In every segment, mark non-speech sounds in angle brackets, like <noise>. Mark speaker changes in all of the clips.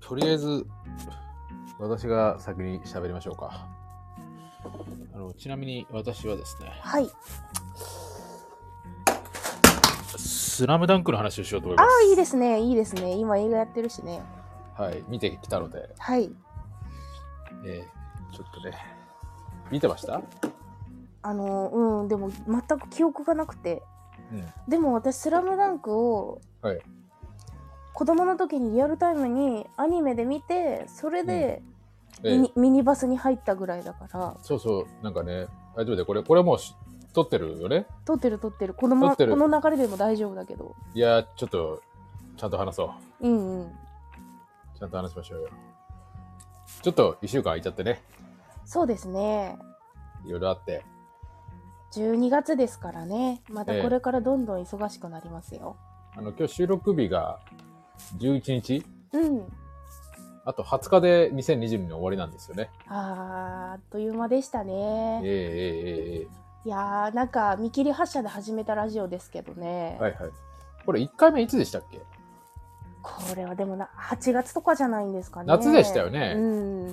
Speaker 1: とりあえず、私が先に喋りましょうか。あのちなみに私はですね、
Speaker 2: はい。
Speaker 1: スラムダンクの話をしようと思い
Speaker 2: あ
Speaker 1: ま
Speaker 2: あ、いいですね。いいですね。今映画やってるしね。
Speaker 1: す。はい、見てきたので、
Speaker 2: はい。
Speaker 1: えーちょっとね、見てました
Speaker 2: あのー、うん、でも全く記憶がなくて。
Speaker 1: うん。
Speaker 2: でも私、スラムダンクを
Speaker 1: はい。
Speaker 2: 子供の時にリアルタイムにアニメで見て、それで
Speaker 1: え
Speaker 2: ミ
Speaker 1: ー
Speaker 2: ニ,、ミニバスに入ったぐらいだから、
Speaker 1: そうそう、なんかね、大丈夫で、これ、これもうし撮ってるよね。
Speaker 2: 撮ってる撮ってる。この,、ま、
Speaker 1: 撮って
Speaker 2: こ
Speaker 1: る
Speaker 2: の流れでも大丈夫だけど。
Speaker 1: いやー、ちょっと、ちゃんと話そう。
Speaker 2: うんうん。
Speaker 1: ちゃんと話しましょうよ。ちょっと1週間空いちゃってね、
Speaker 2: そうですね。
Speaker 1: いろいろあって。
Speaker 2: 12月ですからね。ま
Speaker 1: ええ
Speaker 2: たこれからどんどん忙しくなりますよ。
Speaker 1: あの、今日収録日が11日
Speaker 2: うん。
Speaker 1: あと20日で2020年終わりなんですよね。
Speaker 2: あー、あっという間でしたね。
Speaker 1: ええええええ
Speaker 2: いやーなんか見切り発車で始めたラジオですけどね、
Speaker 1: はいはい。これ1回目いつでしたっけ
Speaker 2: これはでもな8月とかじゃないんですかね
Speaker 1: 夏でしたよね
Speaker 2: うん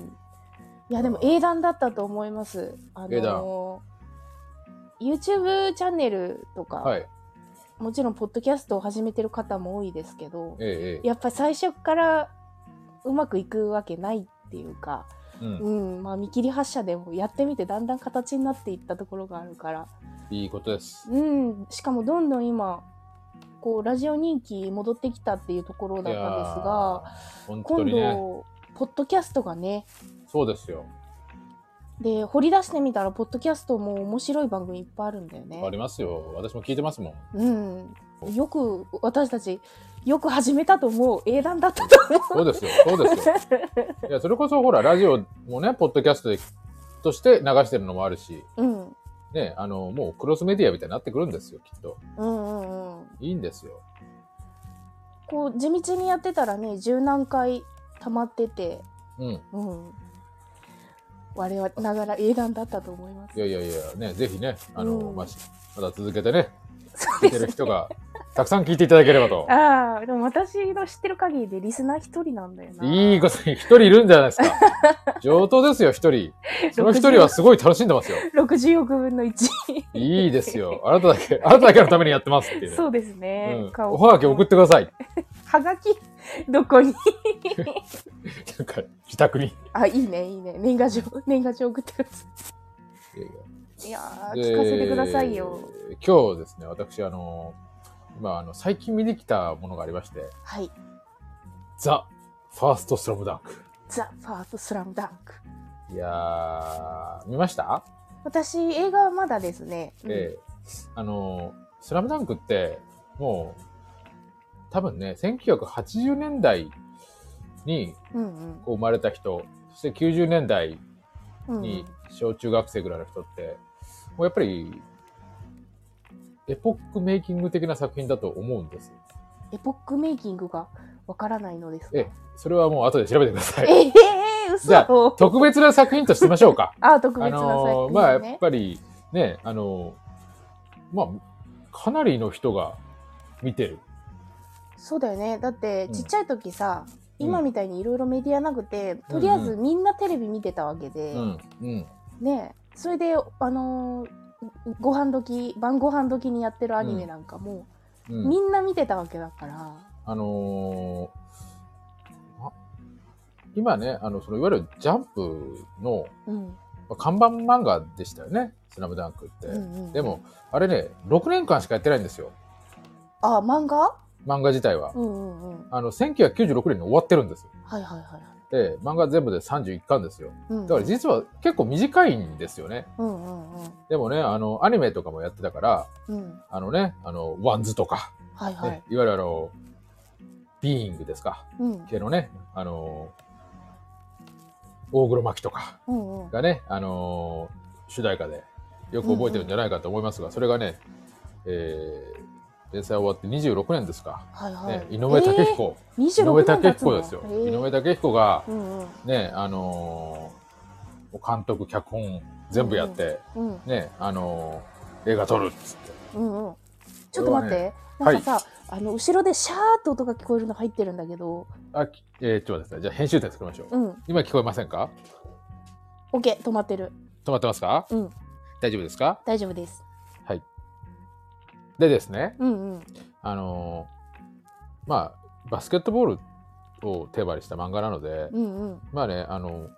Speaker 2: いやでも英断だったと思いますあのー
Speaker 1: 英
Speaker 2: YouTube チャンネルとか、
Speaker 1: はい。
Speaker 2: もちろんポッドキャストを始めてる方も多いですけど
Speaker 1: ええええ
Speaker 2: やっぱり最初からうまくいくわけないっていうか、
Speaker 1: うん。
Speaker 2: うんまあ、見切り発車でもやってみてだんだん形になっていったところがあるから
Speaker 1: いいことです。
Speaker 2: うん、しかもどんどん今こうラジオ人気戻ってきたっていうところだったんですが、
Speaker 1: いやー本当
Speaker 2: 今
Speaker 1: にね。
Speaker 2: 度ポッドキャストがね
Speaker 1: そうですよ。
Speaker 2: で掘り出してみたらポッドキャストも面白い番組いっぱいあるんだよね
Speaker 1: あ。りますよ。私も聞いてますもん。
Speaker 2: うん、よく私たちよく始めたと思う英断だったと
Speaker 1: <laughs> そうですよ。そうですよ。いや、それこそほら、ラジオもね、ポッドキャストでとして流してるのもあるし、
Speaker 2: 思う。
Speaker 1: ね、あの、もうクロスメディアみたいになってくるんですよ、きっと。
Speaker 2: うん、うんうんうん
Speaker 1: いいんですよ。
Speaker 2: こう地道にやってたらね十何回溜まってて、
Speaker 1: うん。
Speaker 2: うん、我々ながら英断だったと思います
Speaker 1: い。やいやいや、ね、ぜひね、あの、
Speaker 2: うん
Speaker 1: まあしまだ続けてね、
Speaker 2: そう
Speaker 1: 聞
Speaker 2: で
Speaker 1: いて
Speaker 2: す
Speaker 1: る人が、たくさん聞いていただければと。
Speaker 2: ああ、でも私の知ってる限りでリスナー一人なんだよな。
Speaker 1: いいこと、一人いるんじゃないですか。上等ですよ、一
Speaker 2: <laughs>
Speaker 1: 人。その一人はすごい楽しんでますよ。
Speaker 2: 60億分の1。
Speaker 1: いいですよ。あなただ
Speaker 2: <laughs>
Speaker 1: け、あなただけのためにやってますっていうね。
Speaker 2: そうです
Speaker 1: うん、
Speaker 2: ね。。
Speaker 1: おはがき送っててください。
Speaker 2: はがき、どこ
Speaker 1: な
Speaker 2: に
Speaker 1: んか、自宅に。
Speaker 2: あ、いいね、いいね。年賀状、年賀状送ってください。いやー、聞かせてくださいよ。
Speaker 1: えー。今日ですね、私、あの、今、あの、最近見てきたものがありまして、
Speaker 2: はい。
Speaker 1: ザ・ファースト・スラムダンク。
Speaker 2: ザ・ファースト・スラムダンク。
Speaker 1: いやー、見ました、
Speaker 2: 私、映画はまだですね。うん
Speaker 1: えーあの、スラムダンクって、もう、多分ね、1980年代に
Speaker 2: うん
Speaker 1: こう生まれた人、そして90年代
Speaker 2: うん。うんう
Speaker 1: に
Speaker 2: ん。
Speaker 1: 小中学生ぐらいの人って、もうやっぱり、エポックメイキング的な作品だと思うんです。
Speaker 2: エポックメイキングがわからないのですが。
Speaker 1: え、それはもう後で調べてください。
Speaker 2: ええー、
Speaker 1: じゃあ
Speaker 2: 嘘。
Speaker 1: 特別な作品としてみましょうか。
Speaker 2: あ、 <laughs> 特
Speaker 1: あ
Speaker 2: 別な
Speaker 1: の
Speaker 2: 作
Speaker 1: ー
Speaker 2: 品
Speaker 1: まあや
Speaker 2: だ
Speaker 1: っ
Speaker 2: ね。
Speaker 1: ぱりね、あのーまあ、かなりの人が見てる。
Speaker 2: そうだよねだって
Speaker 1: うん
Speaker 2: ちっちゃい時さ、
Speaker 1: うん
Speaker 2: 今みたいにいろいろメディアなくて、とりあえずみんなテレビ見てたわけで、
Speaker 1: うん、うん。
Speaker 2: ねそれであのーご飯時晩ご飯時にやってるアニメなんかも、
Speaker 1: うん
Speaker 2: みんな見てたわけだから
Speaker 1: あのーあ今ね、あの、そのいわゆるジャンプの
Speaker 2: うん、
Speaker 1: まあ看板漫画でしたよね、スラムダンクって。
Speaker 2: うんうん
Speaker 1: でも、あれね、6年間しかやってないんですよ、
Speaker 2: あ漫画
Speaker 1: 漫画自体は。
Speaker 2: うんうんうん
Speaker 1: あの、1996年に終わってるんですよ。
Speaker 2: はいはいはいはい
Speaker 1: で、漫画全部で31巻ですよ。
Speaker 2: うんうん
Speaker 1: だから実は結構短いんですよね。
Speaker 2: うんうんうん
Speaker 1: でもね、あの、アニメとかもやってたから、
Speaker 2: うん
Speaker 1: あのね、あの、ワンズとか、
Speaker 2: はいは
Speaker 1: ね
Speaker 2: い、
Speaker 1: いわゆるあの、ビーイングですか、
Speaker 2: うんうん
Speaker 1: 系のね、あの、大黒摩季とか
Speaker 2: うん
Speaker 1: がね、あの、主題歌でよく覚えてるんじゃないかと思いますが、それがね、えー、連載終わって26年ですか。
Speaker 2: はいはい、
Speaker 1: ね、井上武彦、
Speaker 2: えー、
Speaker 1: 井上
Speaker 2: 26年
Speaker 1: 武
Speaker 2: 経つ
Speaker 1: 彦
Speaker 2: の
Speaker 1: ですよ。
Speaker 2: え
Speaker 1: 井
Speaker 2: ー
Speaker 1: 上武彦が、
Speaker 2: うんうん
Speaker 1: ね、あのー監督、脚本全部やって、
Speaker 2: うん
Speaker 1: ね、あのー映画撮るっつって。
Speaker 2: うんうんちょっと待って、
Speaker 1: これはね
Speaker 2: なんかさ、あの後ろでシャーって音が聞こえるの入ってるんだけど
Speaker 1: あ、きえー、ちょっと待ってください。じゃあ編集点作りましょう。
Speaker 2: うん
Speaker 1: 今聞こえませんか
Speaker 2: OK 止まってる
Speaker 1: 止まってますか
Speaker 2: うん
Speaker 1: 大丈夫ですか
Speaker 2: 大丈夫です
Speaker 1: でですね、
Speaker 2: うんうん
Speaker 1: あのーまあ、バスケットボールをテーマにした漫画なので、
Speaker 2: うんうん
Speaker 1: まあね、あの、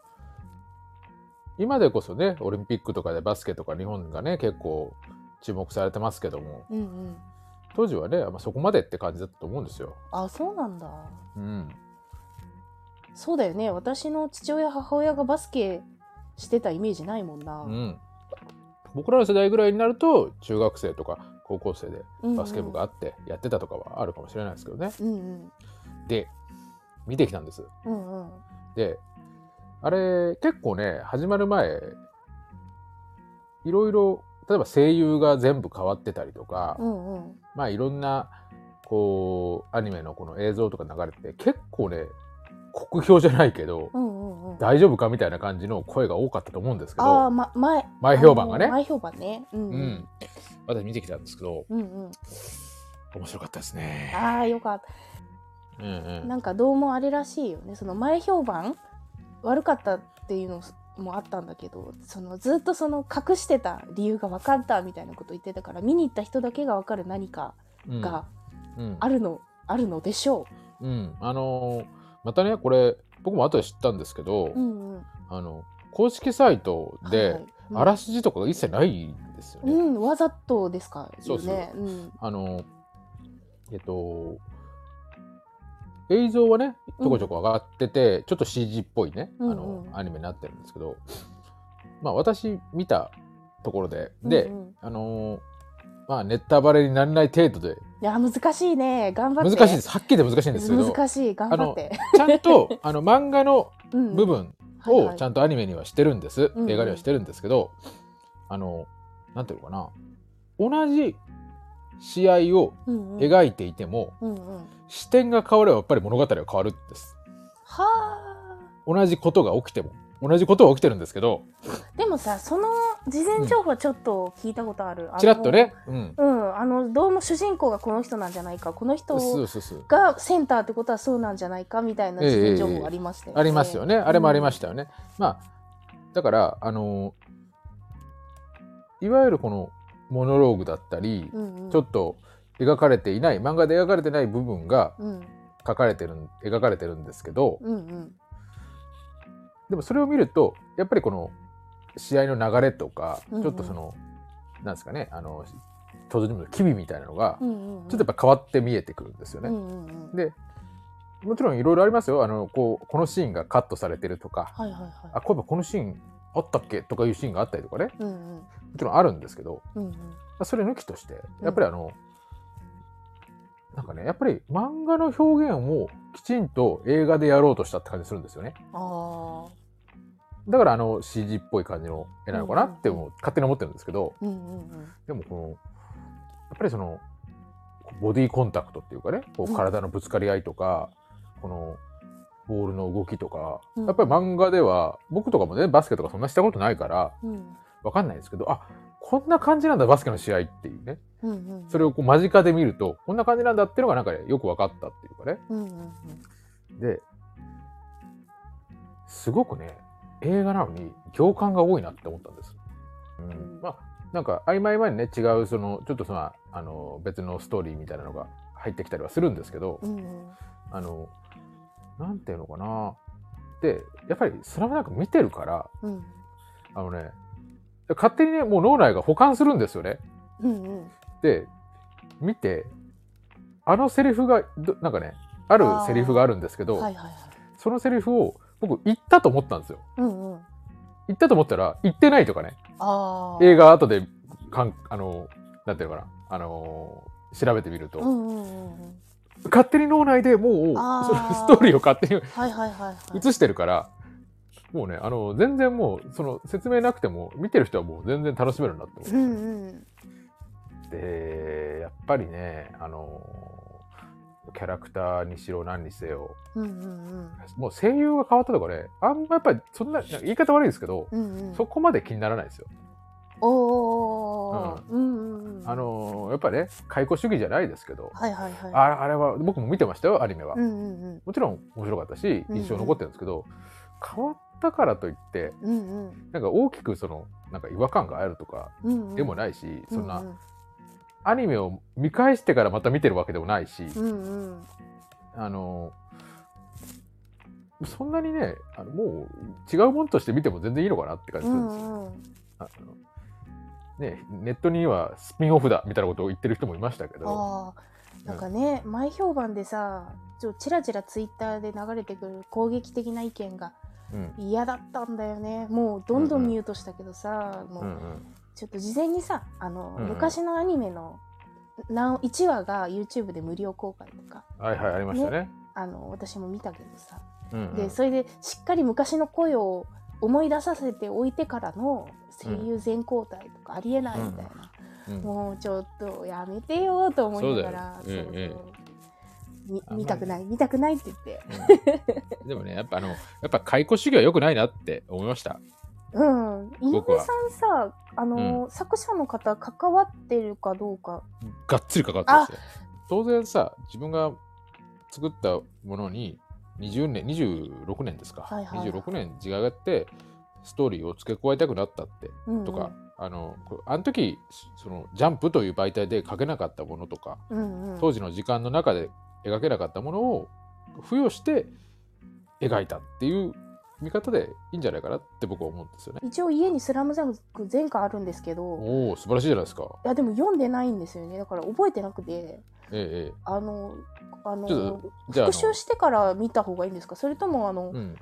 Speaker 1: 今でこそね、オリンピックとかでバスケとか日本がね、結構注目されてますけども、
Speaker 2: うんうん
Speaker 1: 当時はね、まあ、そこまでって感じだったと思うんですよ。
Speaker 2: あそうなんだ
Speaker 1: うん。
Speaker 2: そうだよね私の父親母親がバスケしてたイメージないもんな、
Speaker 1: うん。僕らの世代ぐらいになると、中学生とか高校生で
Speaker 2: うんうん
Speaker 1: バスケ部があってやってたとかはあるかもしれないですけどね。
Speaker 2: うんうん
Speaker 1: で、見てきたんです。
Speaker 2: うんうん
Speaker 1: で、あれ、結構ね、始まる前、いろいろ、例えば声優が全部変わってたりとか、
Speaker 2: うんうん
Speaker 1: まあいろんなこうアニメのこの映像とか流れてて結構ね酷評じゃないけど、
Speaker 2: うんうんうん
Speaker 1: 大丈夫かみたいな感じの声が多かったと思うんですけ
Speaker 2: ああ、
Speaker 1: ど
Speaker 2: ま、前
Speaker 1: 前評判がね
Speaker 2: あの前評判ねうん
Speaker 1: う
Speaker 2: うんん、
Speaker 1: 私見てきたんですけど
Speaker 2: うんうん
Speaker 1: 面白かったですね。
Speaker 2: ああよかっ
Speaker 1: うんう
Speaker 2: た
Speaker 1: ん
Speaker 2: なんかどうもあれらしいよねその前評判悪かったっていうのもあったんだけどそのずっとその隠してた理由が分かったみたいなこと言ってたから見に行った人だけが分かる何か
Speaker 1: うん
Speaker 2: が
Speaker 1: うん
Speaker 2: あるの、あるのでしょ
Speaker 1: うんあのーまたねこれ僕も後で知ったんですけど、
Speaker 2: う。うんうん、
Speaker 1: あの公式サイトで、
Speaker 2: はいはいうん
Speaker 1: あらすじとかが一切ないんですよ
Speaker 2: う
Speaker 1: ね。
Speaker 2: ん、わざとですか、ね。
Speaker 1: そうそう
Speaker 2: うん、
Speaker 1: あの、えっと、映像はね、ちょこちょこ上がってて、ちょっと CG っぽいね、あ
Speaker 2: う
Speaker 1: の
Speaker 2: ん、うん
Speaker 1: アニメになってるんですけど、まあ私見たところで、で、
Speaker 2: うんうん
Speaker 1: あのー、まあネタバレにならない程度で、
Speaker 2: いや、難しいね、頑張っ
Speaker 1: 難
Speaker 2: て。
Speaker 1: しいです。はっきり言って難しいんですけど、
Speaker 2: 難しい、頑張って。
Speaker 1: ちゃんと、あの、漫画の
Speaker 2: <laughs> うん
Speaker 1: 部分をちゃんとアニメにはしてるんです、
Speaker 2: うんうん
Speaker 1: 映画にはしてるんですけど、あの、なんていうのかな、同じ試合を
Speaker 2: うんうん、
Speaker 1: 描いていても、
Speaker 2: うんうん、
Speaker 1: 視点が変わればやっぱり物語は変わるんです
Speaker 2: は
Speaker 1: 同じことが起きても同じことは起きてるんですけど
Speaker 2: あ。でもさ、その事前情報ちょっと聞いたことある。あの
Speaker 1: ちらっと。ねうん
Speaker 2: うん、あの、どうも主人公がこの人なんじゃないか、この人
Speaker 1: そうそうそう
Speaker 2: がセンターってことはそうなんじゃないかみたいな事前情報がありましたよね。
Speaker 1: ありますよねあれもありましたよね、まあだからあのいわゆるこのモノローグだったり、
Speaker 2: うんうん、
Speaker 1: ちょっと描かれていない漫画で描かれてない部分が
Speaker 2: うん
Speaker 1: 書かれてるん描かれてるんですけど
Speaker 2: うんうん
Speaker 1: でもそれを見るとやっぱりこの試合の流れとか、
Speaker 2: うんうん
Speaker 1: ちょっとそのなんですかねあの登場人物の機微みたいなのが、
Speaker 2: うんうん、
Speaker 1: ちょっとやっぱ変わって見えてくるんですよ
Speaker 2: う
Speaker 1: ね。
Speaker 2: んうんうん、
Speaker 1: でもちろんいろいろありますよあのこうこのシーンがカットされてるとか
Speaker 2: はいはいはい。
Speaker 1: あこういえばこのシーンあったっけとかいうシーンがあったりとかね
Speaker 2: うんうん
Speaker 1: もちろんあるんですけど
Speaker 2: うんうん
Speaker 1: まあそれ抜きとしてやっぱりあの、なんかねやっぱり漫画の表現をきちんと映画でやろうとしたって感じするんですよね。
Speaker 2: ああ、
Speaker 1: だからあの CG っぽい感じの絵なのかなって
Speaker 2: うんうん
Speaker 1: もう勝手に思ってるんですけど
Speaker 2: うんうんうん。
Speaker 1: でもこのやっぱりそのこうボディーコンタクトっていうかねこ
Speaker 2: う
Speaker 1: うん体のぶつかり合いとか、このボールの動きとか、
Speaker 2: うん
Speaker 1: やっぱり漫画では僕とかもねバスケとかそんなしたことないから
Speaker 2: うん
Speaker 1: わかんないですけどあこんな感じなんだバスケの試合っていうね
Speaker 2: うんうん、
Speaker 1: それをこう間近で見るとこんな感じなんだっていうのがなんか、ね、よく分かったっていうかね
Speaker 2: うんうんうん、
Speaker 1: ですごくね映画なのに行間が多いなって思ったんです。うん
Speaker 2: うん
Speaker 1: まあなんか曖昧まにね違うそのちょっとそのあの別のストーリーみたいなのが入ってきたりはするんですけど、
Speaker 2: うんうん、
Speaker 1: あのなんていうのかなでやっぱり「スラムダンク見てるから
Speaker 2: うん
Speaker 1: あのね勝手にねもう脳内が保管するんですよね。
Speaker 2: うんうん、
Speaker 1: で見てあのセリフがどなんかねあるセリフがあるんですけど、
Speaker 2: はいはいはい、
Speaker 1: そのセリフを僕言ったと思ったんですよ。
Speaker 2: うんうん、
Speaker 1: 言ったと思ったら言ってないとかね
Speaker 2: ああ、
Speaker 1: 映画後でかんあのなんていうのかなあの調べてみると、
Speaker 2: うんうんうんうん、
Speaker 1: 勝手に脳内でもう
Speaker 2: あー
Speaker 1: そのストーリーを勝手に
Speaker 2: はいはいはいはい、
Speaker 1: 映してるからもうねあの全然もうその説明なくても見てる人はもう全然楽しめるなって
Speaker 2: う
Speaker 1: 思
Speaker 2: んうん、
Speaker 1: って、やっぱりねあのキャラクターにしろ何にせよ
Speaker 2: うんうん
Speaker 1: もう声優が変わったとかねあんまやっぱりそんななんか言い方悪いですけど、
Speaker 2: うん、うんうん、
Speaker 1: そこまで気にならないですよ。
Speaker 2: おー、うん、うんうん
Speaker 1: あのーやっぱね解雇主義じゃないですけど、
Speaker 2: はいはいはい
Speaker 1: ああれは僕も見てましたよアニメは、
Speaker 2: うんうん
Speaker 1: もちろん面白かったし
Speaker 2: うん
Speaker 1: 印象残ってるんですけど、変わったからといって
Speaker 2: うんうんうん
Speaker 1: なんか大きくそのなんか違和感があるとか
Speaker 2: うんうん
Speaker 1: でもないし、そんな、
Speaker 2: うん
Speaker 1: アニメを見返してからまた見てるわけでもないし、
Speaker 2: うんうんうん
Speaker 1: あのそんなにねあのもう違うもんとして見ても全然いいのかなって感じ
Speaker 2: う
Speaker 1: するんですよ。
Speaker 2: んうん
Speaker 1: あのね、ネットにはスピンオフだみたいなことを言ってる人もいましたけど、
Speaker 2: ああなんかね、前評判でさちょちらちらツイッターで流れてくる攻撃的な意見が
Speaker 1: うん
Speaker 2: 嫌だったんだよねもうどんどんミュートしたけどさ、もう
Speaker 1: うんうん
Speaker 2: ちょっと事前にさあの、
Speaker 1: うんうん
Speaker 2: 昔のアニメの何1話が YouTube で無料公開とか
Speaker 1: はいはいありましたね。
Speaker 2: あの私も見たけどさ、
Speaker 1: うんうん
Speaker 2: でそれでしっかり昔の声を思い出させておいてからの声優全交代とかありえないみたいな、
Speaker 1: うん
Speaker 2: もうちょっとやめてよと思いながら
Speaker 1: そうだよ
Speaker 2: そうそう
Speaker 1: ええ
Speaker 2: み
Speaker 1: あんまり
Speaker 2: 見たくない見たくないって言って
Speaker 1: うんでもねやっぱあのやっぱ解雇主義は良くないなって思いました。
Speaker 2: うん井上
Speaker 1: 僕は
Speaker 2: さんさあの、作者の方関わってるかどうか
Speaker 1: がっつりかかってますよ。当然さ自分が作ったものに20年26年ですか、
Speaker 2: はいはい
Speaker 1: 26年違がってストーリーを付け加えたくなったって
Speaker 2: うんうん
Speaker 1: とか、あのこあの時そのジャンプという媒体で書けなかったものとか
Speaker 2: うんうん
Speaker 1: 当時の時間の中で描けなかったものを付与して描いたっていう見方でいいんじゃないかなって僕は思うんですよね。
Speaker 2: 一応家に「スラムダンク全巻あるんですけど
Speaker 1: おお素晴らしいじゃないですか。
Speaker 2: いやでも読んでないんですよねだから覚えてなくて
Speaker 1: えええ
Speaker 2: あのあ
Speaker 1: ちょっ
Speaker 2: の
Speaker 1: え、じゃああの
Speaker 2: 復習してから見た方がいいんですかそれともあの、
Speaker 1: うん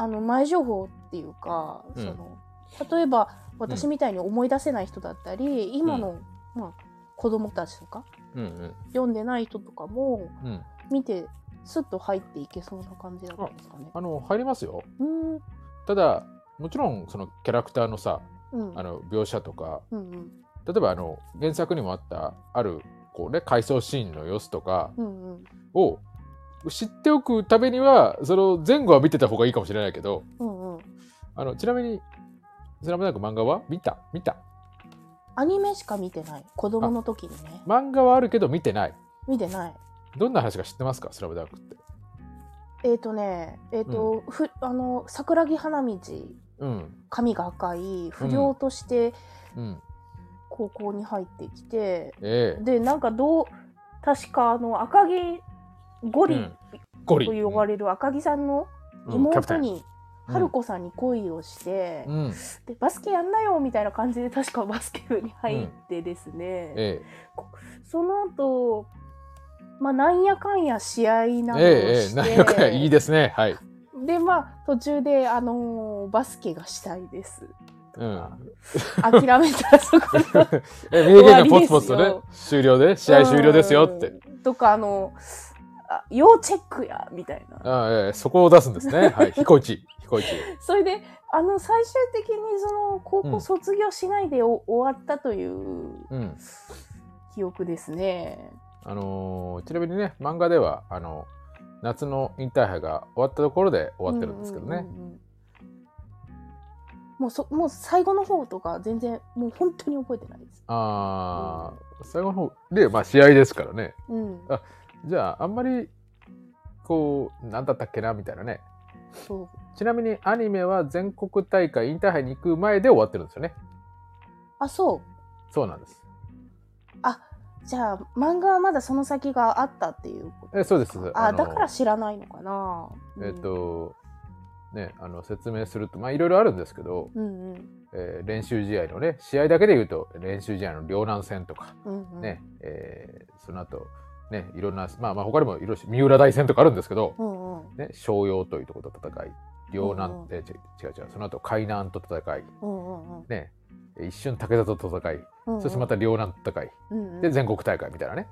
Speaker 2: あの前情報っていうか、
Speaker 1: うん
Speaker 2: その例えば私みたいに思い出せない人だったり、今の、まあ、子供たちとか
Speaker 1: うんうん
Speaker 2: 読んでない人とかも
Speaker 1: うん
Speaker 2: 見てスッと入っていけそうな感じだったんですかね。
Speaker 1: あの入りますよ。
Speaker 2: うーん
Speaker 1: ただもちろんそのキャラクターのさ
Speaker 2: うん
Speaker 1: あの描写とか
Speaker 2: うんうん
Speaker 1: 例えばあの原作にもあったあるこうね回想シーンの様子とか
Speaker 2: うんうん
Speaker 1: を知っておくためにはその前後は見てた方がいいかもしれないけど
Speaker 2: うんうん
Speaker 1: あのちなみに「スラムダンク漫画は見た見た
Speaker 2: アニメしか見てない子供の時にね
Speaker 1: 漫画はあるけど見てない
Speaker 2: 見てない
Speaker 1: どんな話か知ってますか「スラムダンクって。
Speaker 2: えっ、とねえっ、と、ふあの桜木花道
Speaker 1: うん
Speaker 2: 髪が赤い不良として
Speaker 1: うん
Speaker 2: 高校に入ってきて、
Speaker 1: ええ
Speaker 2: でなんかどう確かあの赤木ゴ
Speaker 1: う
Speaker 2: リ
Speaker 1: んゴ
Speaker 2: と
Speaker 1: リ
Speaker 2: 呼ばれる赤木さんの妹に
Speaker 1: うん
Speaker 2: 春子さんに恋をして、
Speaker 1: うんうん
Speaker 2: でバスケやんなよみたいな感じで確かバスケ部に入ってですね、
Speaker 1: え
Speaker 2: その後まあなんやかんや試合な
Speaker 1: え
Speaker 2: どを
Speaker 1: ええええ
Speaker 2: して、
Speaker 1: なんやかんやいいですねはい。
Speaker 2: でまあ途中で、あのーバスケがしたいですと
Speaker 1: うん
Speaker 2: か、諦めたらそこで
Speaker 1: <laughs> え名言がポツポツと
Speaker 2: 終
Speaker 1: ね
Speaker 2: わり
Speaker 1: 終了で試合終了ですよって
Speaker 2: うん。とかあのあ要チェックやみたいな
Speaker 1: ああええそこを出すんです
Speaker 2: <laughs>
Speaker 1: ねはい彦一彦一
Speaker 2: それであの最終的にその高
Speaker 1: う
Speaker 2: 校
Speaker 1: ん
Speaker 2: 卒業しないでお終わったという
Speaker 1: うん
Speaker 2: 記憶ですね。
Speaker 1: あのーちなみにね漫画ではあの夏のインターハイが終わったところで終わってるんですけど
Speaker 2: う
Speaker 1: ね
Speaker 2: んうんうんうんもうそもう最後の方とか全然もう本当に覚えてないです。
Speaker 1: ああ最後の方でまあ試合ですからね
Speaker 2: うん、
Speaker 1: あじゃああんまりこう何だったっけなみたいなね
Speaker 2: そう
Speaker 1: ちなみにアニメは全国大会インターハイに行く前で終わってるんですよね
Speaker 2: あそう
Speaker 1: そうなんです
Speaker 2: じゃあ漫画はまだその先があったっていうこと
Speaker 1: えそうですそうです
Speaker 2: あ
Speaker 1: あの
Speaker 2: だから知らないのかな。うん
Speaker 1: えっ、と、ね、あの説明すると、まあ、いろいろあるんですけど、
Speaker 2: うんうん
Speaker 1: えー練習試合のね、試合だけで言うと、練習試合の両南戦とか、
Speaker 2: うんうん、
Speaker 1: ね、えーその後、ね、いろんな、まあ、まあ、他にもいろいろ、三浦大戦とかあるんですけど、
Speaker 2: うんうん
Speaker 1: ね、商用というところと戦い、両南、
Speaker 2: うんうん
Speaker 1: えーち違う違う、その後、海南と戦い、
Speaker 2: うんうんうん
Speaker 1: ね、えー一瞬武田と戦い、
Speaker 2: うんうん
Speaker 1: そしてまた両南と戦い、
Speaker 2: うんうん
Speaker 1: で、全国大会みたいなね。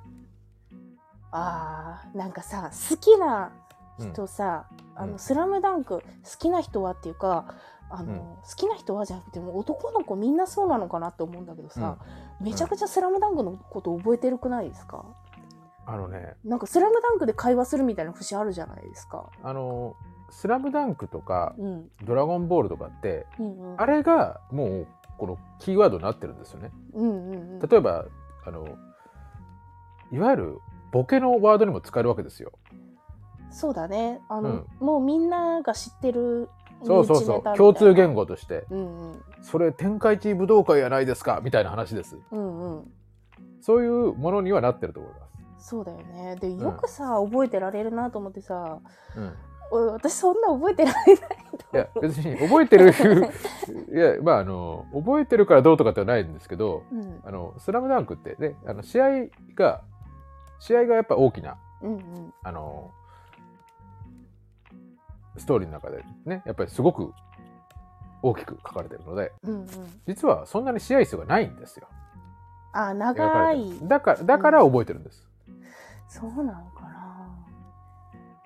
Speaker 2: あーなんかさ好きな
Speaker 1: うん
Speaker 2: 人さ「あ
Speaker 1: う
Speaker 2: の
Speaker 1: ん
Speaker 2: スラムダンク好きな人はっていうかあの、
Speaker 1: うん
Speaker 2: 好きな人はじゃなくてもう男の子みんなそうなのかなって思うんだけどさ、めちゃくちゃ「スラムダンクのこと覚えてるくないですか
Speaker 1: あのね、
Speaker 2: なんか「スラムダンクで会話するみたいな節あるじゃないですか。
Speaker 1: あの、スラムダンクとか、
Speaker 2: うん
Speaker 1: ドラゴンボールとかって、
Speaker 2: うんうん、
Speaker 1: あれがもうこのキーワードになってるんですよね。
Speaker 2: うんうんうん
Speaker 1: 例えばあのいわゆるボケのワードにも使えるわけですよ。
Speaker 2: そうだねあの、もうみんなが知ってる
Speaker 1: そうそうそう共通言
Speaker 2: 語
Speaker 1: 語として
Speaker 2: うんうん
Speaker 1: それ天下一武道会やないですかみたいな話です。
Speaker 2: うんうん
Speaker 1: そういうものにはなってると思いま
Speaker 2: そうだよねでよくさ、覚えてられるなと思ってさ
Speaker 1: す。うん
Speaker 2: お私そんな覚えてられない
Speaker 1: いや別に覚えてる <laughs> いやまああの覚えてるからどうとかってはないんですけど
Speaker 2: うん
Speaker 1: 「あのスラムダンクってねあの試合が試合がやっぱ大きな
Speaker 2: うんうん
Speaker 1: あのストーリーの中でねやっぱりすごく大きく書かれてるので
Speaker 2: うんうん
Speaker 1: 実はそんなに試合数がないんですよ
Speaker 2: あ
Speaker 1: 描か
Speaker 2: 長
Speaker 1: れて
Speaker 2: い
Speaker 1: るだからだから覚えてるんです、
Speaker 2: そうなのかな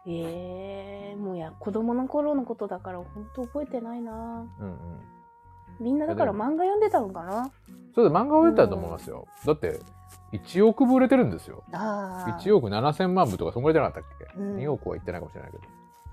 Speaker 2: えー、もうや子供の頃のことだから本当覚えてないな
Speaker 1: うんうん
Speaker 2: みんなだから漫画読んでたのかな
Speaker 1: それで漫画を売れたと思いますよ、だって1億部売れてるんですよ
Speaker 2: ああ
Speaker 1: 1億7000万部とかそんぐらいじゃなかったっけ、
Speaker 2: うん
Speaker 1: 2億は言ってないかもしれないけど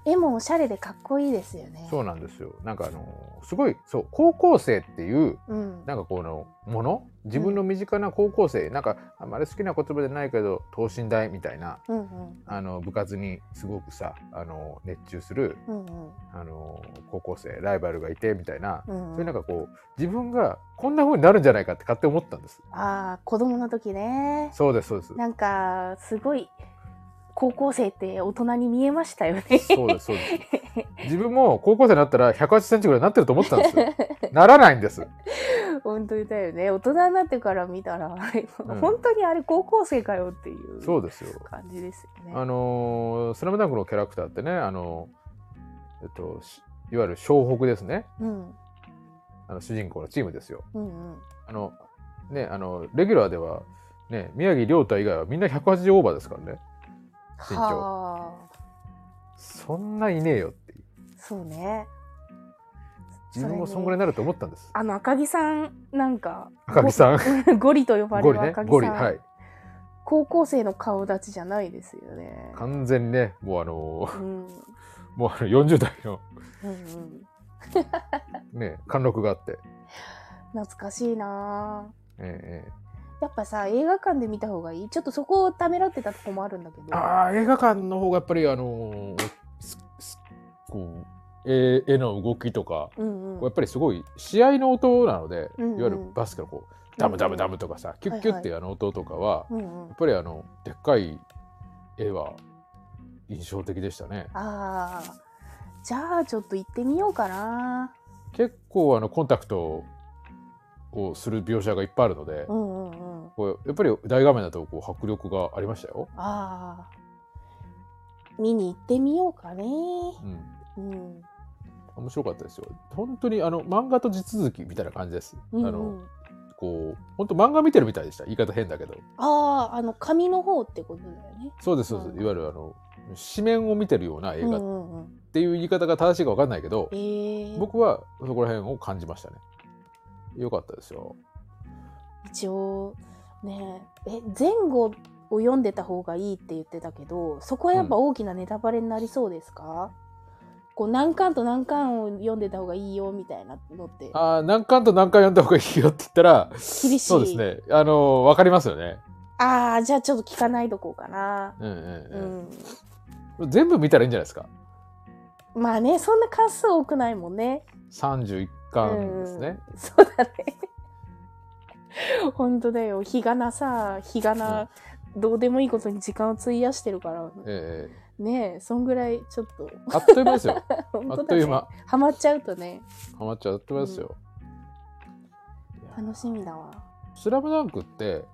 Speaker 2: 絵もおしゃれでかっこいいですよね
Speaker 1: そうなんですよなんかあのすごいそう高校生っていう
Speaker 2: うん
Speaker 1: なんかこのもの自分の身近な高校生、なんかあんまり好きな言葉じゃないけど等身大みたいな
Speaker 2: うんうん
Speaker 1: あの部活にすごくさあの熱中する
Speaker 2: うんうん
Speaker 1: あの高校生ライバルがいてみたいな、
Speaker 2: うん
Speaker 1: そういううんなんかこう自分がこんな風になるんじゃないかって勝手に思ったんです。
Speaker 2: ああ子供の時ね
Speaker 1: そうですそうです。
Speaker 2: なんかすごい高校生って大人に見えましたよね
Speaker 1: そうですそうです。自分も高校生になったら180センチぐらいになってると思ってたんです
Speaker 2: <laughs>
Speaker 1: よ。ならないんです。
Speaker 2: <laughs> 本当にだよね大人になってから見たら、
Speaker 1: ん
Speaker 2: 本当にあれ高校生かよっていう
Speaker 1: そうですよ。
Speaker 2: 感じですよね
Speaker 1: あのースラムダンクのキャラクターってね、あのーえっとしいわゆる湘北ですね。
Speaker 2: うん
Speaker 1: あの主人公のチームですよ。
Speaker 2: うんうん
Speaker 1: あのねあのレギュラーではね宮城亮太以外はみんな180オーバーですからね。身長
Speaker 2: はあ
Speaker 1: そんないねえよっていう。
Speaker 2: そうね
Speaker 1: 自分もそんぐ
Speaker 2: そ
Speaker 1: らい
Speaker 2: れに
Speaker 1: になると思ったんです。
Speaker 2: あの赤木さんなんか
Speaker 1: 赤木さん。
Speaker 2: ん <laughs> ゴリと呼ばれ
Speaker 1: ゴリ
Speaker 2: る
Speaker 1: ね
Speaker 2: 赤木さん、。
Speaker 1: ゴリ。はい。
Speaker 2: 高校生の顔立ちじゃないですよね
Speaker 1: 完全にね、もうあの
Speaker 2: うんうん
Speaker 1: ーもうあの40代の
Speaker 2: うん
Speaker 1: ね、貫禄があって。
Speaker 2: 懐かしいな
Speaker 1: ええ
Speaker 2: あやっぱさ映画館で見た方がいいちょっとそこをためらってたとこもあるんだけど
Speaker 1: ああ、映画館の方がやっぱりあのーすすこう、絵絵の動きとか、
Speaker 2: うんうん
Speaker 1: やっぱりすごい試合の音なので、
Speaker 2: うんうん
Speaker 1: いわゆるバスケのこう、ダムダムダムとかさ、キュッキュッっていうあの音とかは、
Speaker 2: うんう
Speaker 1: や
Speaker 2: ん
Speaker 1: っぱりあの、でっかい絵は印象的でしたね。
Speaker 2: ああじゃあちょっと行ってみようかな
Speaker 1: 結構あの、コンタクトをする描写がいっぱいあるので
Speaker 2: う、んうんうん
Speaker 1: こうやっぱり大画面だとこう迫力がありましたよ。
Speaker 2: ああ見に行ってみようかね
Speaker 1: うん
Speaker 2: うん
Speaker 1: 面白かったですよ。本当にあの漫画と地続きみたいな感じです。
Speaker 2: うん
Speaker 1: あ
Speaker 2: う
Speaker 1: の
Speaker 2: ん
Speaker 1: こう本当漫画見てるみたいでした。言い方変だけど。
Speaker 2: あああの紙の方ってことだよね
Speaker 1: そうですそうです。
Speaker 2: うん
Speaker 1: いわゆるあの紙面を見てるような映
Speaker 2: うん
Speaker 1: 画
Speaker 2: う
Speaker 1: っ
Speaker 2: んうん
Speaker 1: ていう言い方が正しいかわかんないけど
Speaker 2: え、ー、
Speaker 1: 僕はそこら辺を感じましたね。良かったですよ。
Speaker 2: 一応ねえ前後を読んでた方がいいって言ってたけどそこはやっぱ大きなネタバレになりそうですか、こう何巻と何巻を読んでた方がいいよみたいなのって
Speaker 1: ああ何巻と何巻読んだ方がいいよって言ったら、
Speaker 2: 厳しい
Speaker 1: そうですね。あのわかりますよね。
Speaker 2: ああじゃあちょっと聞かないとこうかな
Speaker 1: うん
Speaker 2: う
Speaker 1: うん
Speaker 2: ん、
Speaker 1: うん。全部見たらいいんじゃないですか。
Speaker 2: まあねそんな関数多くないもんね
Speaker 1: 三十一巻ですね。
Speaker 2: うん、そうだね <laughs> 本当だよ日がなさ日がな、どうでもいいことに時間を費やしてるから
Speaker 1: ええ
Speaker 2: ねえそんぐらいちょっと <laughs>
Speaker 1: あっという間ですよ。
Speaker 2: 本
Speaker 1: あ
Speaker 2: 当
Speaker 1: っ
Speaker 2: だ
Speaker 1: とい
Speaker 2: ね
Speaker 1: う間。
Speaker 2: ハマっちゃうとね
Speaker 1: ハマっちゃうあっという間ですよ。いや
Speaker 2: 楽しみだわ、
Speaker 1: スラムダンクって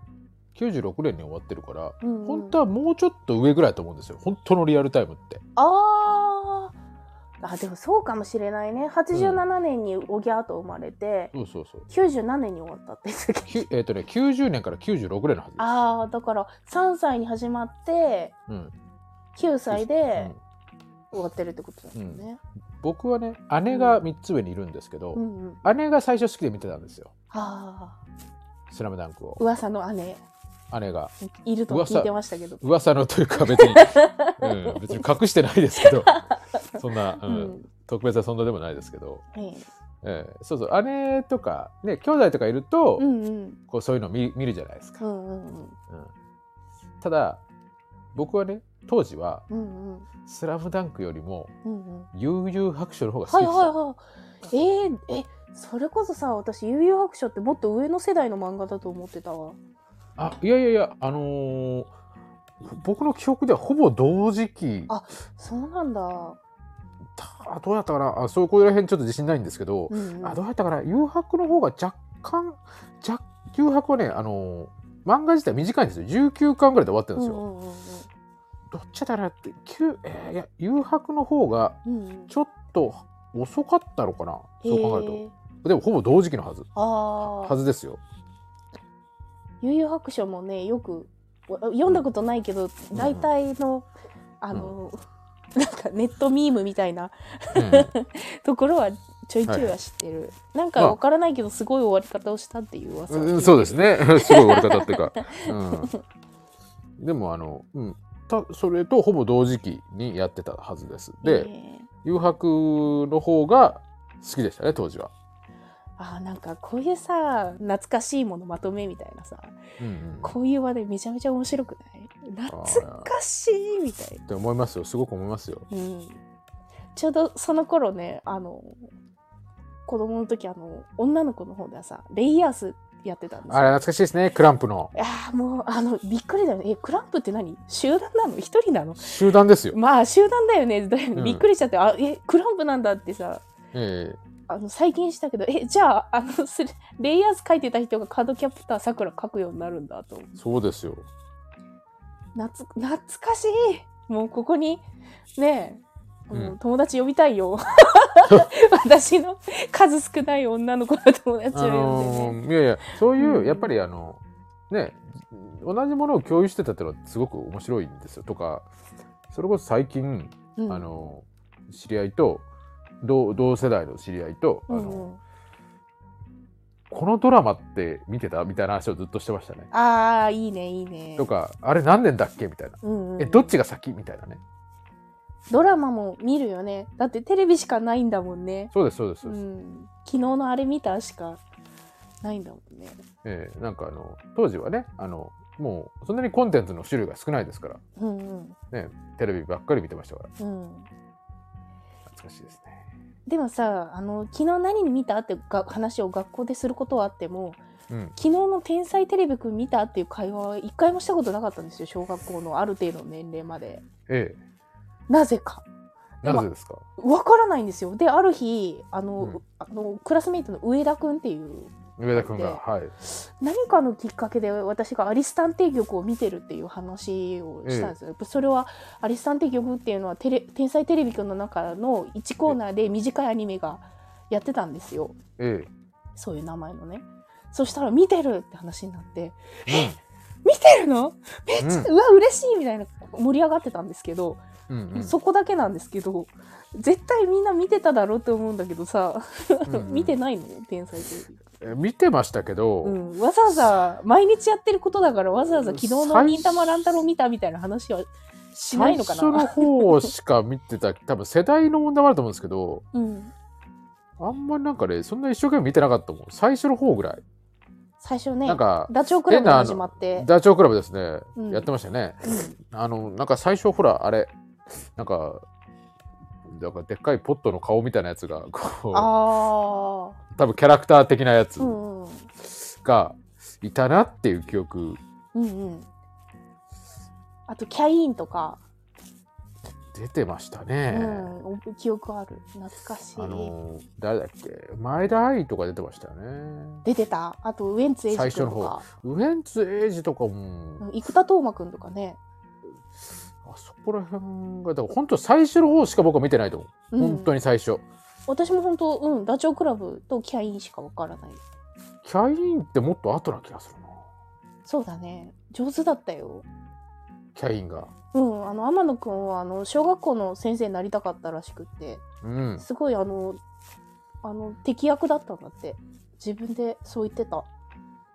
Speaker 1: 96年に終わってるから、
Speaker 2: うんうん
Speaker 1: 本当はもうちょっと上ぐらいだと思うんですよ。本当のリアルタイムって。
Speaker 2: あーあでもそうかもしれないね87年におぎゃーと生まれて、
Speaker 1: そうそうそう。
Speaker 2: 97年に終わったって言ってたっ
Speaker 1: き
Speaker 2: け
Speaker 1: ゅえっ、とね、90年から96年のはずです。
Speaker 2: あーだから3歳に始まって
Speaker 1: うん
Speaker 2: 9歳で
Speaker 1: うん
Speaker 2: 終わってるってことだよね、
Speaker 1: 僕はね、姉が3つ上にいるんですけど、
Speaker 2: うんうん
Speaker 1: 姉が最初好きで見てたんですよ。
Speaker 2: ああ
Speaker 1: スラムダンクを。
Speaker 2: 噂の姉
Speaker 1: 姉が。
Speaker 2: いると聞いてましたけど
Speaker 1: 噂のというか別
Speaker 2: <laughs>
Speaker 1: に、うん、別に隠してないですけど、そんな、う
Speaker 2: うんん、
Speaker 1: 特別な存在でもないですけど、
Speaker 2: ええ
Speaker 1: ええそうそう姉とかね兄弟とかいると、
Speaker 2: うんうん
Speaker 1: こうそういうの見見るじゃないですか、
Speaker 2: うんうん
Speaker 1: うんただ僕はね当時は
Speaker 2: うんうんうん
Speaker 1: 「スラムダンクよりも
Speaker 2: うんうん
Speaker 1: 「悠々白書」の方が好き
Speaker 2: はい
Speaker 1: でした、
Speaker 2: はいはいえー、えそれこそさ私「悠々白書」ってもっと上の世代の漫画だと思ってたわ
Speaker 1: あいやいやいやあのー僕の記憶ではほぼ同時期
Speaker 2: あそうなんだ、
Speaker 1: たどうやったかなあそこら辺ちょっと自信ないんですけど、
Speaker 2: うんうん、
Speaker 1: あどうやったかな誘白の方が若干若誘白はねあのー漫画自体短いんですよ19巻ぐらいで終わってるんですよ、
Speaker 2: うんうんうん
Speaker 1: どっちだなって9えーいや誘白の方が
Speaker 2: うんうん
Speaker 1: ちょっと遅かったのかなそう考えると、
Speaker 2: へー
Speaker 1: でもほぼ同時期のはず
Speaker 2: あ
Speaker 1: は
Speaker 2: あ
Speaker 1: ずです
Speaker 2: <laughs>
Speaker 1: よ
Speaker 2: 悠々白書もねよくわ読んだことないけど
Speaker 1: うん
Speaker 2: 大体の、あの、なんかネットミームみたいな <laughs>
Speaker 1: うん
Speaker 2: ところはちょいちょいは知ってる、なんかわからないけどすごい終わり方をしたっていう噂を聞いてる、
Speaker 1: うんそうですね <laughs> すごい終わり方っていうか、うん、でもあの、うん、たそれとほぼ同時期にやってたはずですで
Speaker 2: えー
Speaker 1: 誘白の方が好きでしたね当時は、
Speaker 2: あーなんかこういうさ懐かしいものまとめみたいなさ
Speaker 1: うんうん
Speaker 2: こういう話題めちゃめちゃ面白くない懐かしいみたいな
Speaker 1: っ、て思いますよすごく思いますよ
Speaker 2: うん、ちょうどその頃ねあの子供の時あの女の子の方ではさレイヤースやってたんです
Speaker 1: あ
Speaker 2: よ
Speaker 1: れ懐かしいですねクランプの
Speaker 2: いやーもうあのびっくりだよねえクランプって何集団なの一人なの
Speaker 1: 集団ですよ、
Speaker 2: まあ集団だよねだよね
Speaker 1: うん
Speaker 2: びっくりしちゃって、あえクランプなんだってさ
Speaker 1: え
Speaker 2: あの最近したけどえじゃああのスレレイヤース書いてた人がカードキャプターさくら書くようになるんだと
Speaker 1: えそうですよ
Speaker 2: 懐懐かしいもうここにねえ、
Speaker 1: うん
Speaker 2: もう友達呼びた
Speaker 1: <laughs>
Speaker 2: いよ私の数少ない女の子の友達を
Speaker 1: あ
Speaker 2: 呼んでね、
Speaker 1: のーいやいやそういう、
Speaker 2: うん
Speaker 1: やっぱりあのね同じものを共有してたってのはすごく面白いんですよとかそれこそ最近、
Speaker 2: うん
Speaker 1: あの知り合いと同同世代の知り合いと、
Speaker 2: う
Speaker 1: あ
Speaker 2: んう
Speaker 1: の
Speaker 2: ん
Speaker 1: このドラマって見てたみたいな話をずっとしてましたね。
Speaker 2: あーいいねいいね
Speaker 1: とかあれ何年だっけみたいな。
Speaker 2: うんうん
Speaker 1: えどっちが先みたいなね。
Speaker 2: ドラマも見るよねだってテレビしかないんだもんね
Speaker 1: そうですそうですそううです。
Speaker 2: ん昨日のあれ見たしかないんだもんね
Speaker 1: えーなんかあの当時はねあのもうそんなにコンテンツの種類が少ないですから
Speaker 2: うんうん
Speaker 1: テレビばっかり見てましたから
Speaker 2: うん
Speaker 1: 懐かしいです
Speaker 2: でもさあの昨日何見たってが話を学校ですることはあっても
Speaker 1: ね
Speaker 2: 昨日の「天才テレビくん見た?」っていう会話は一回もしたことなかったんですよ小学校のある程度の年齢まで
Speaker 1: うんえ
Speaker 2: なぜか
Speaker 1: えなぜですか
Speaker 2: わからないんですよである日あの、
Speaker 1: うん
Speaker 2: あのクラスメイトの上田くんっていう
Speaker 1: 上田君が
Speaker 2: で
Speaker 1: はい
Speaker 2: 何かのきっかけで私がアリス探偵局を見てるっていう話をしたんですよ、やっぱそれはアリス探偵局っていうのはテレ「天才テレビくん」の中の1コーナーで短いアニメがやってたんですよ
Speaker 1: え
Speaker 2: そういう名前のねそしたら見てるって話になって
Speaker 1: え
Speaker 2: 見てるのめっちゃ、
Speaker 1: う
Speaker 2: うわ嬉しいみたいな盛り上がってたんですけ
Speaker 1: うんう
Speaker 2: ど、
Speaker 1: んうん
Speaker 2: そこだけなんですけど絶対みんな見てただろうって思うんだけどさ、
Speaker 1: うんうん
Speaker 2: <laughs> 見てないの天才テレビ、
Speaker 1: え見てましたけど、
Speaker 2: うん、わざわざ毎日やってることだからわざわざ昨日の
Speaker 1: 最
Speaker 2: 忍たま乱太郎見たみたいな話はしない
Speaker 1: 最
Speaker 2: のかな
Speaker 1: 初の方しか見てた多分世代の問題もあると思うんですけど
Speaker 2: うん、
Speaker 1: あんまりなんかねそんな一生懸命見てなかったもん最初の方ぐらい、
Speaker 2: 最初ね
Speaker 1: なんか
Speaker 2: ダチョウ倶楽部が始まって、
Speaker 1: ダチョウ倶楽部ですね、
Speaker 2: うん
Speaker 1: やってましたね
Speaker 2: うん
Speaker 1: あのなんか最初ほらあれなんかなんかでっかいポットの顔みたいなやつがこう
Speaker 2: あ
Speaker 1: 多分キャラクター的なやつ
Speaker 2: ーうんうん
Speaker 1: がいたなっていう記憶
Speaker 2: うんうんあとキャインとか、
Speaker 1: 出てましたね、
Speaker 2: うん、記憶ある懐かしい、
Speaker 1: あのー誰だっけ前田愛とか出てましたよね
Speaker 2: 出てたあとウエンツ瑛
Speaker 1: 最
Speaker 2: 士
Speaker 1: 初
Speaker 2: 君
Speaker 1: の方
Speaker 2: とか
Speaker 1: ウエンツ瑛士とかも
Speaker 2: うん生田斗真君とかね、
Speaker 1: あそこら辺がだから本当最初の方しか僕は見てないと思う、
Speaker 2: うん、
Speaker 1: 本当に最初
Speaker 2: 私も本当うんダチョウ倶楽部とキャインしかわからない
Speaker 1: キャインってもっと後な気がするな
Speaker 2: そうだね上手だったよ
Speaker 1: キャインが
Speaker 2: うんあの天野君はあの小学校の先生になりたかったらしくって
Speaker 1: うん
Speaker 2: すごいあのあの敵役だったんだって自分でそう言ってた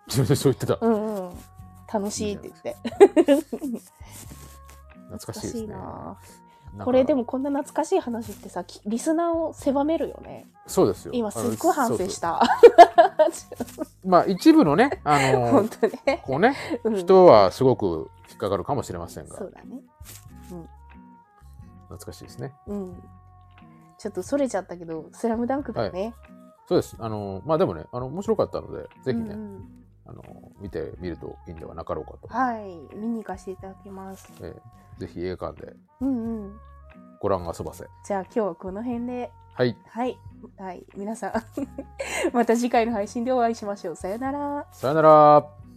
Speaker 1: 自分でそう言ってた
Speaker 2: うんうん楽しいって言って
Speaker 1: 懐かしいですね
Speaker 2: な
Speaker 1: なんか
Speaker 2: これでもこんな懐かしい話ってさきリスナーを狭めるよね
Speaker 1: そうですよ
Speaker 2: 今すっごい反省したた
Speaker 1: まあ一部の
Speaker 2: <laughs>
Speaker 1: ねあの
Speaker 2: 本当ね、
Speaker 1: こうね
Speaker 2: うん、
Speaker 1: 人はすごく引っかかるかもしれませんが
Speaker 2: そうだね
Speaker 1: 懐かしいですね
Speaker 2: うんちょっとそれちゃったけど「スラムダンクだね、
Speaker 1: そうですあのまあでもねあの面白かったのでぜひね、
Speaker 2: うんうん
Speaker 1: あの見てみるといいんではなかろうかと、
Speaker 2: はい見に行かせていただきます
Speaker 1: えーぜひ映画館で
Speaker 2: うんうん
Speaker 1: ご覧あそばせ
Speaker 2: じゃあ今日はこの辺で
Speaker 1: はい
Speaker 2: はい、 <laughs> はい、皆さんまた次回の配信でお会いしましょうさよなら
Speaker 1: さよなら